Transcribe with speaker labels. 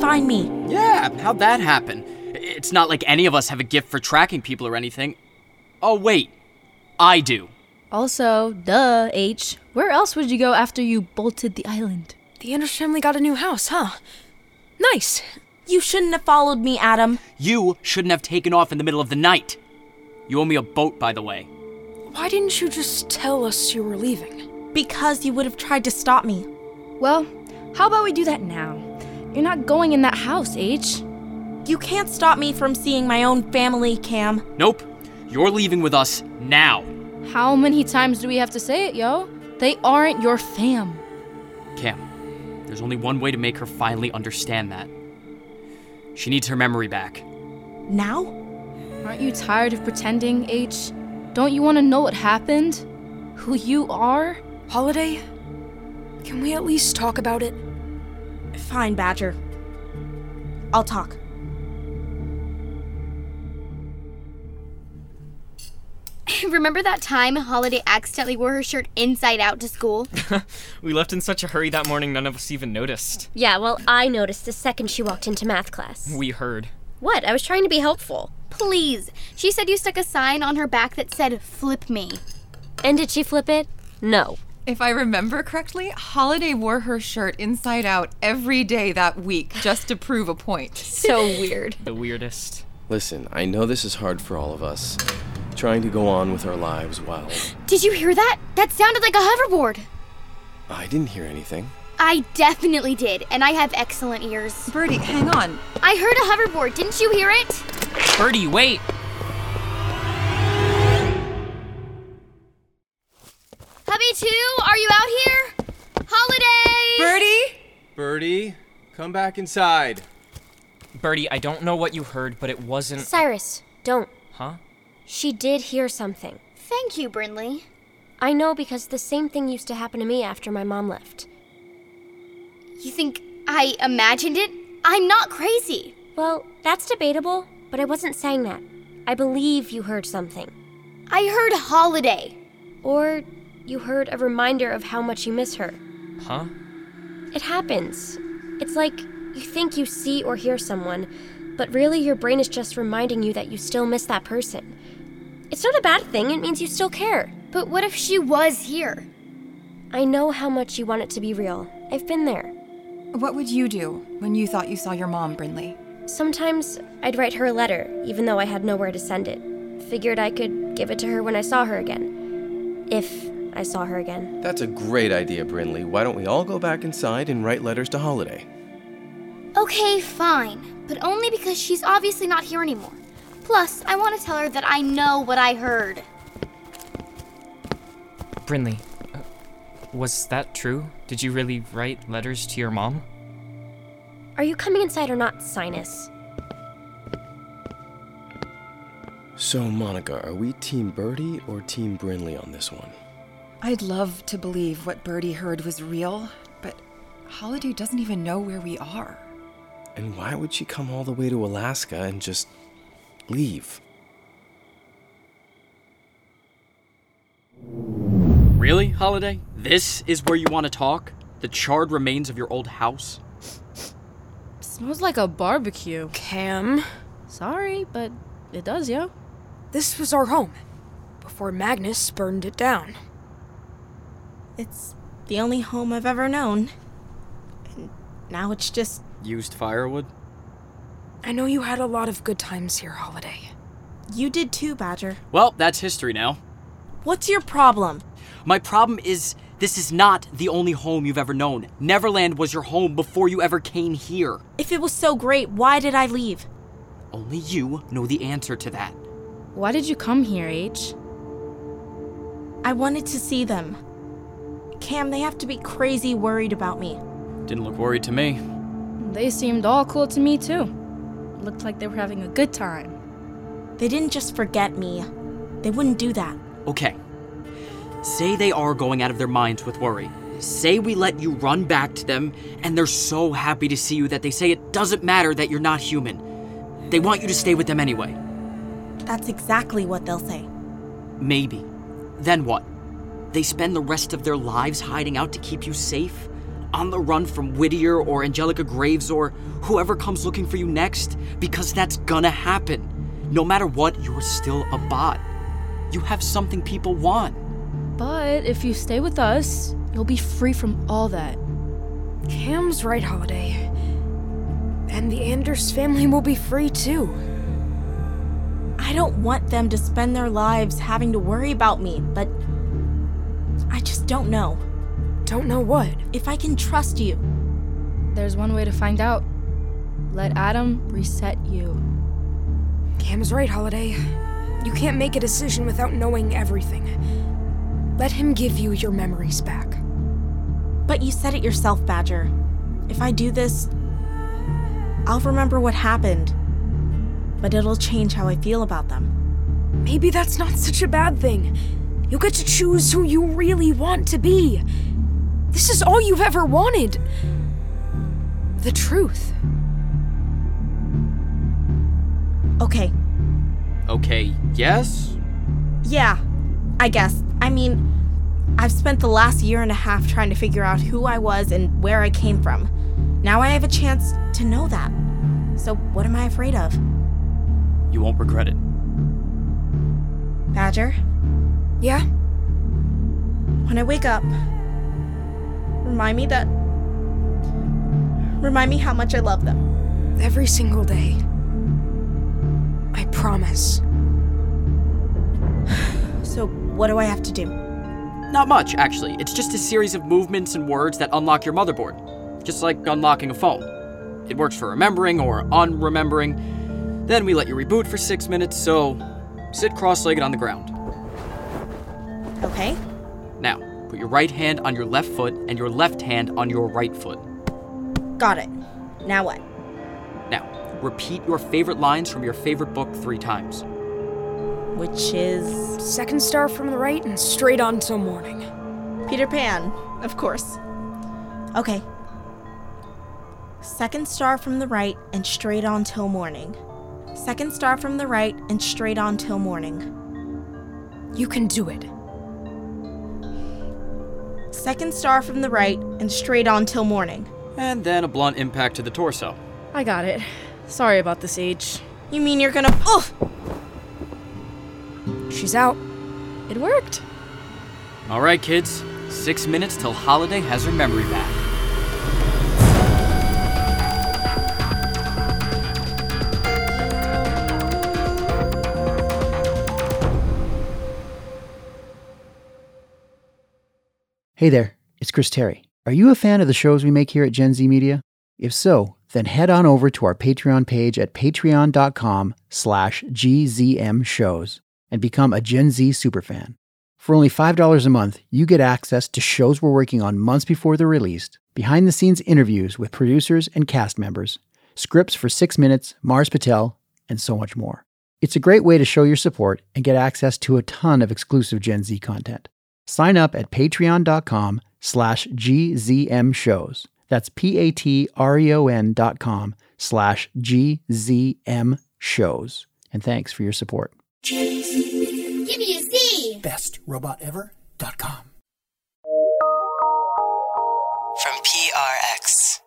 Speaker 1: find me.
Speaker 2: Yeah, how'd that happen? It's not like any of us have a gift for tracking people or anything. Oh, wait. I do.
Speaker 1: Also, duh, H. Where else would you go after you bolted the island?
Speaker 3: The Anders family got a new house, huh? Nice.
Speaker 4: You shouldn't have followed me, Adam.
Speaker 2: You shouldn't have taken off in the middle of the night. You owe me a boat, by the way.
Speaker 3: Why didn't you just tell us you were leaving?
Speaker 4: Because you would have tried to stop me.
Speaker 1: Well, how about we do that now? You're not going in that house, H.
Speaker 4: You can't stop me from seeing my own family, Cam.
Speaker 2: Nope. You're leaving with us now.
Speaker 1: How many times do we have to say it, yo? They aren't your fam.
Speaker 2: Cam, there's only one way to make her finally understand that. She needs her memory back.
Speaker 4: Now?
Speaker 1: Aren't you tired of pretending, H? Don't you want to know what happened? Who you are?
Speaker 3: Holiday? Can we at least talk about it?
Speaker 4: Fine, Badger. I'll talk.
Speaker 5: Remember that time Holiday accidentally wore her shirt inside out to school?
Speaker 6: We left in such a hurry that morning, none of us even noticed.
Speaker 7: Yeah, well, I noticed the second she walked into math class.
Speaker 6: We heard.
Speaker 7: What? I was trying to be helpful.
Speaker 5: Please. She said you stuck a sign on her back that said, Flip me.
Speaker 7: And did she flip it? No.
Speaker 8: If I remember correctly, Holiday wore her shirt inside out every day that week just to prove a point.
Speaker 7: So weird.
Speaker 6: The weirdest.
Speaker 9: Listen, I know this is hard for all of us, trying to go on with our lives while
Speaker 5: Did you hear that? That sounded like a hoverboard.
Speaker 9: I didn't hear anything.
Speaker 5: I definitely did, and I have excellent ears.
Speaker 8: Birdie, hang on.
Speaker 5: I heard a hoverboard. Didn't you hear it?
Speaker 6: Birdie, wait!
Speaker 5: Hubby, too? Are you out here? Holiday!
Speaker 8: Birdie?
Speaker 10: Birdie, come back inside.
Speaker 6: Birdie, I don't know what you heard, but it wasn't.
Speaker 7: Cyrus, don't.
Speaker 6: Huh?
Speaker 7: She did hear something.
Speaker 5: Thank you, Brinley.
Speaker 7: I know because the same thing used to happen to me after my mom left.
Speaker 5: You think I imagined it? I'm not crazy.
Speaker 7: Well, that's debatable, but I wasn't saying that. I believe you heard something.
Speaker 5: I heard Holiday.
Speaker 7: Or you heard a reminder of how much you miss her.
Speaker 6: Huh?
Speaker 7: It happens. It's like you think you see or hear someone, but really your brain is just reminding you that you still miss that person. It's not a bad thing, it means you still care.
Speaker 5: But what if she was here?
Speaker 7: I know how much you want it to be real. I've been there.
Speaker 8: What would you do when you thought you saw your mom, Brinley?
Speaker 7: Sometimes I'd write her a letter, even though I had nowhere to send it. Figured I could give it to her when I saw her again. If I saw her again.
Speaker 9: That's a great idea, Brinley. Why don't we all go back inside and write letters to Holiday?
Speaker 5: Okay, fine. But only because she's obviously not here anymore. Plus, I want to tell her that I know what I heard.
Speaker 6: Brinley, uh, was that true? Did you really write letters to your mom?
Speaker 7: Are you coming inside or not, Sinus?
Speaker 9: So, Monica, are we Team Birdie or Team Brinley on this one?
Speaker 8: I'd love to believe what Birdie heard was real, but Holiday doesn't even know where we are.
Speaker 9: And why would she come all the way to Alaska and just leave?
Speaker 2: Really, Holiday? This is where you want to talk? The charred remains of your old house?
Speaker 1: Smells like a barbecue.
Speaker 3: Cam,
Speaker 1: Sorry, but it does, yo.
Speaker 3: this was our home before Magnus burned it down.
Speaker 4: It's the only home I've ever known. And now it's just.
Speaker 2: Used firewood?
Speaker 3: I know you had a lot of good times here, Holiday.
Speaker 4: You did too, Badger.
Speaker 2: Well, that's history now.
Speaker 4: What's your problem?
Speaker 2: My problem is this is not the only home you've ever known. Neverland was your home before you ever came here.
Speaker 4: If it was so great, why did I leave?
Speaker 2: Only you know the answer to that.
Speaker 1: Why did you come here, H?
Speaker 4: I wanted to see them. Cam, they have to be crazy worried about me.
Speaker 2: Didn't look worried to me.
Speaker 1: They seemed all cool to me, too. Looked like they were having a good time.
Speaker 4: They didn't just forget me, they wouldn't do that.
Speaker 2: Okay. Say they are going out of their minds with worry. Say we let you run back to them, and they're so happy to see you that they say it doesn't matter that you're not human. They want you to stay with them anyway.
Speaker 4: That's exactly what they'll say.
Speaker 2: Maybe. Then what? They spend the rest of their lives hiding out to keep you safe? on the run from Whittier or Angelica Graves or whoever comes looking for you next, because that's gonna happen. No matter what, you're still a bot. You have something people want.
Speaker 1: But if you stay with us, you'll be free from all that.
Speaker 3: Cam's right, Holiday. And the Anders family will be free too.
Speaker 4: I don't want them to spend their lives having to worry about me, but I just don't know.
Speaker 3: Don't know what?
Speaker 4: If I can trust you.
Speaker 1: There's one way to find out. Let Adam reset you.
Speaker 3: Cam's right, Holiday. You can't make a decision without knowing everything. Let him give you your memories back.
Speaker 4: But you said it yourself, Badger. If I do this, I'll remember what happened. But it'll change how I feel about them.
Speaker 3: Maybe that's not such a bad thing. You get to choose who you really want to be. This is all you've ever wanted the truth.
Speaker 4: Okay.
Speaker 2: Okay, yes?
Speaker 4: Yeah, I guess. I mean, I've spent the last year and a half trying to figure out who I was and where I came from. Now I have a chance to know that. So, what am I afraid of?
Speaker 2: You won't regret it.
Speaker 4: Badger?
Speaker 3: Yeah?
Speaker 4: When I wake up, remind me that. Remind me how much I love them.
Speaker 3: Every single day. I promise.
Speaker 4: so, what do I have to do?
Speaker 2: Not much, actually. It's just a series of movements and words that unlock your motherboard just like unlocking a phone. It works for remembering or unremembering. Then we let you reboot for six minutes, so sit cross legged on the ground.
Speaker 4: Okay.
Speaker 2: Now, put your right hand on your left foot and your left hand on your right foot.
Speaker 4: Got it. Now what?
Speaker 2: Now, repeat your favorite lines from your favorite book three times.
Speaker 4: Which is.
Speaker 3: Second star from the right and straight on till morning.
Speaker 4: Peter Pan, of course. Okay. Second star from the right and straight on till morning. Second star from the right and straight on till morning.
Speaker 3: You can do it.
Speaker 4: Second star from the right and straight on till morning.
Speaker 2: And then a blunt impact to the torso.
Speaker 1: I got it. Sorry about this age.
Speaker 4: You mean you're gonna. Oh!
Speaker 3: She's out.
Speaker 1: It worked.
Speaker 2: All right, kids. Six minutes till Holiday has her memory back.
Speaker 11: Hey there, it's Chris Terry. Are you a fan of the shows we make here at Gen Z Media? If so, then head on over to our Patreon page at patreon.com slash gzm shows and become a Gen Z superfan. For only $5 a month, you get access to shows we're working on months before they're released, behind the scenes interviews with producers and cast members, scripts for six minutes, Mars Patel, and so much more. It's a great way to show your support and get access to a ton of exclusive Gen Z content. Sign up at patreon.com slash gzm shows. That's p-a-t-r-e-o-n E dot com slash gzm shows. And thanks for your support.
Speaker 5: Give me a Z.
Speaker 11: BestRobotEver.com.
Speaker 12: From PRX.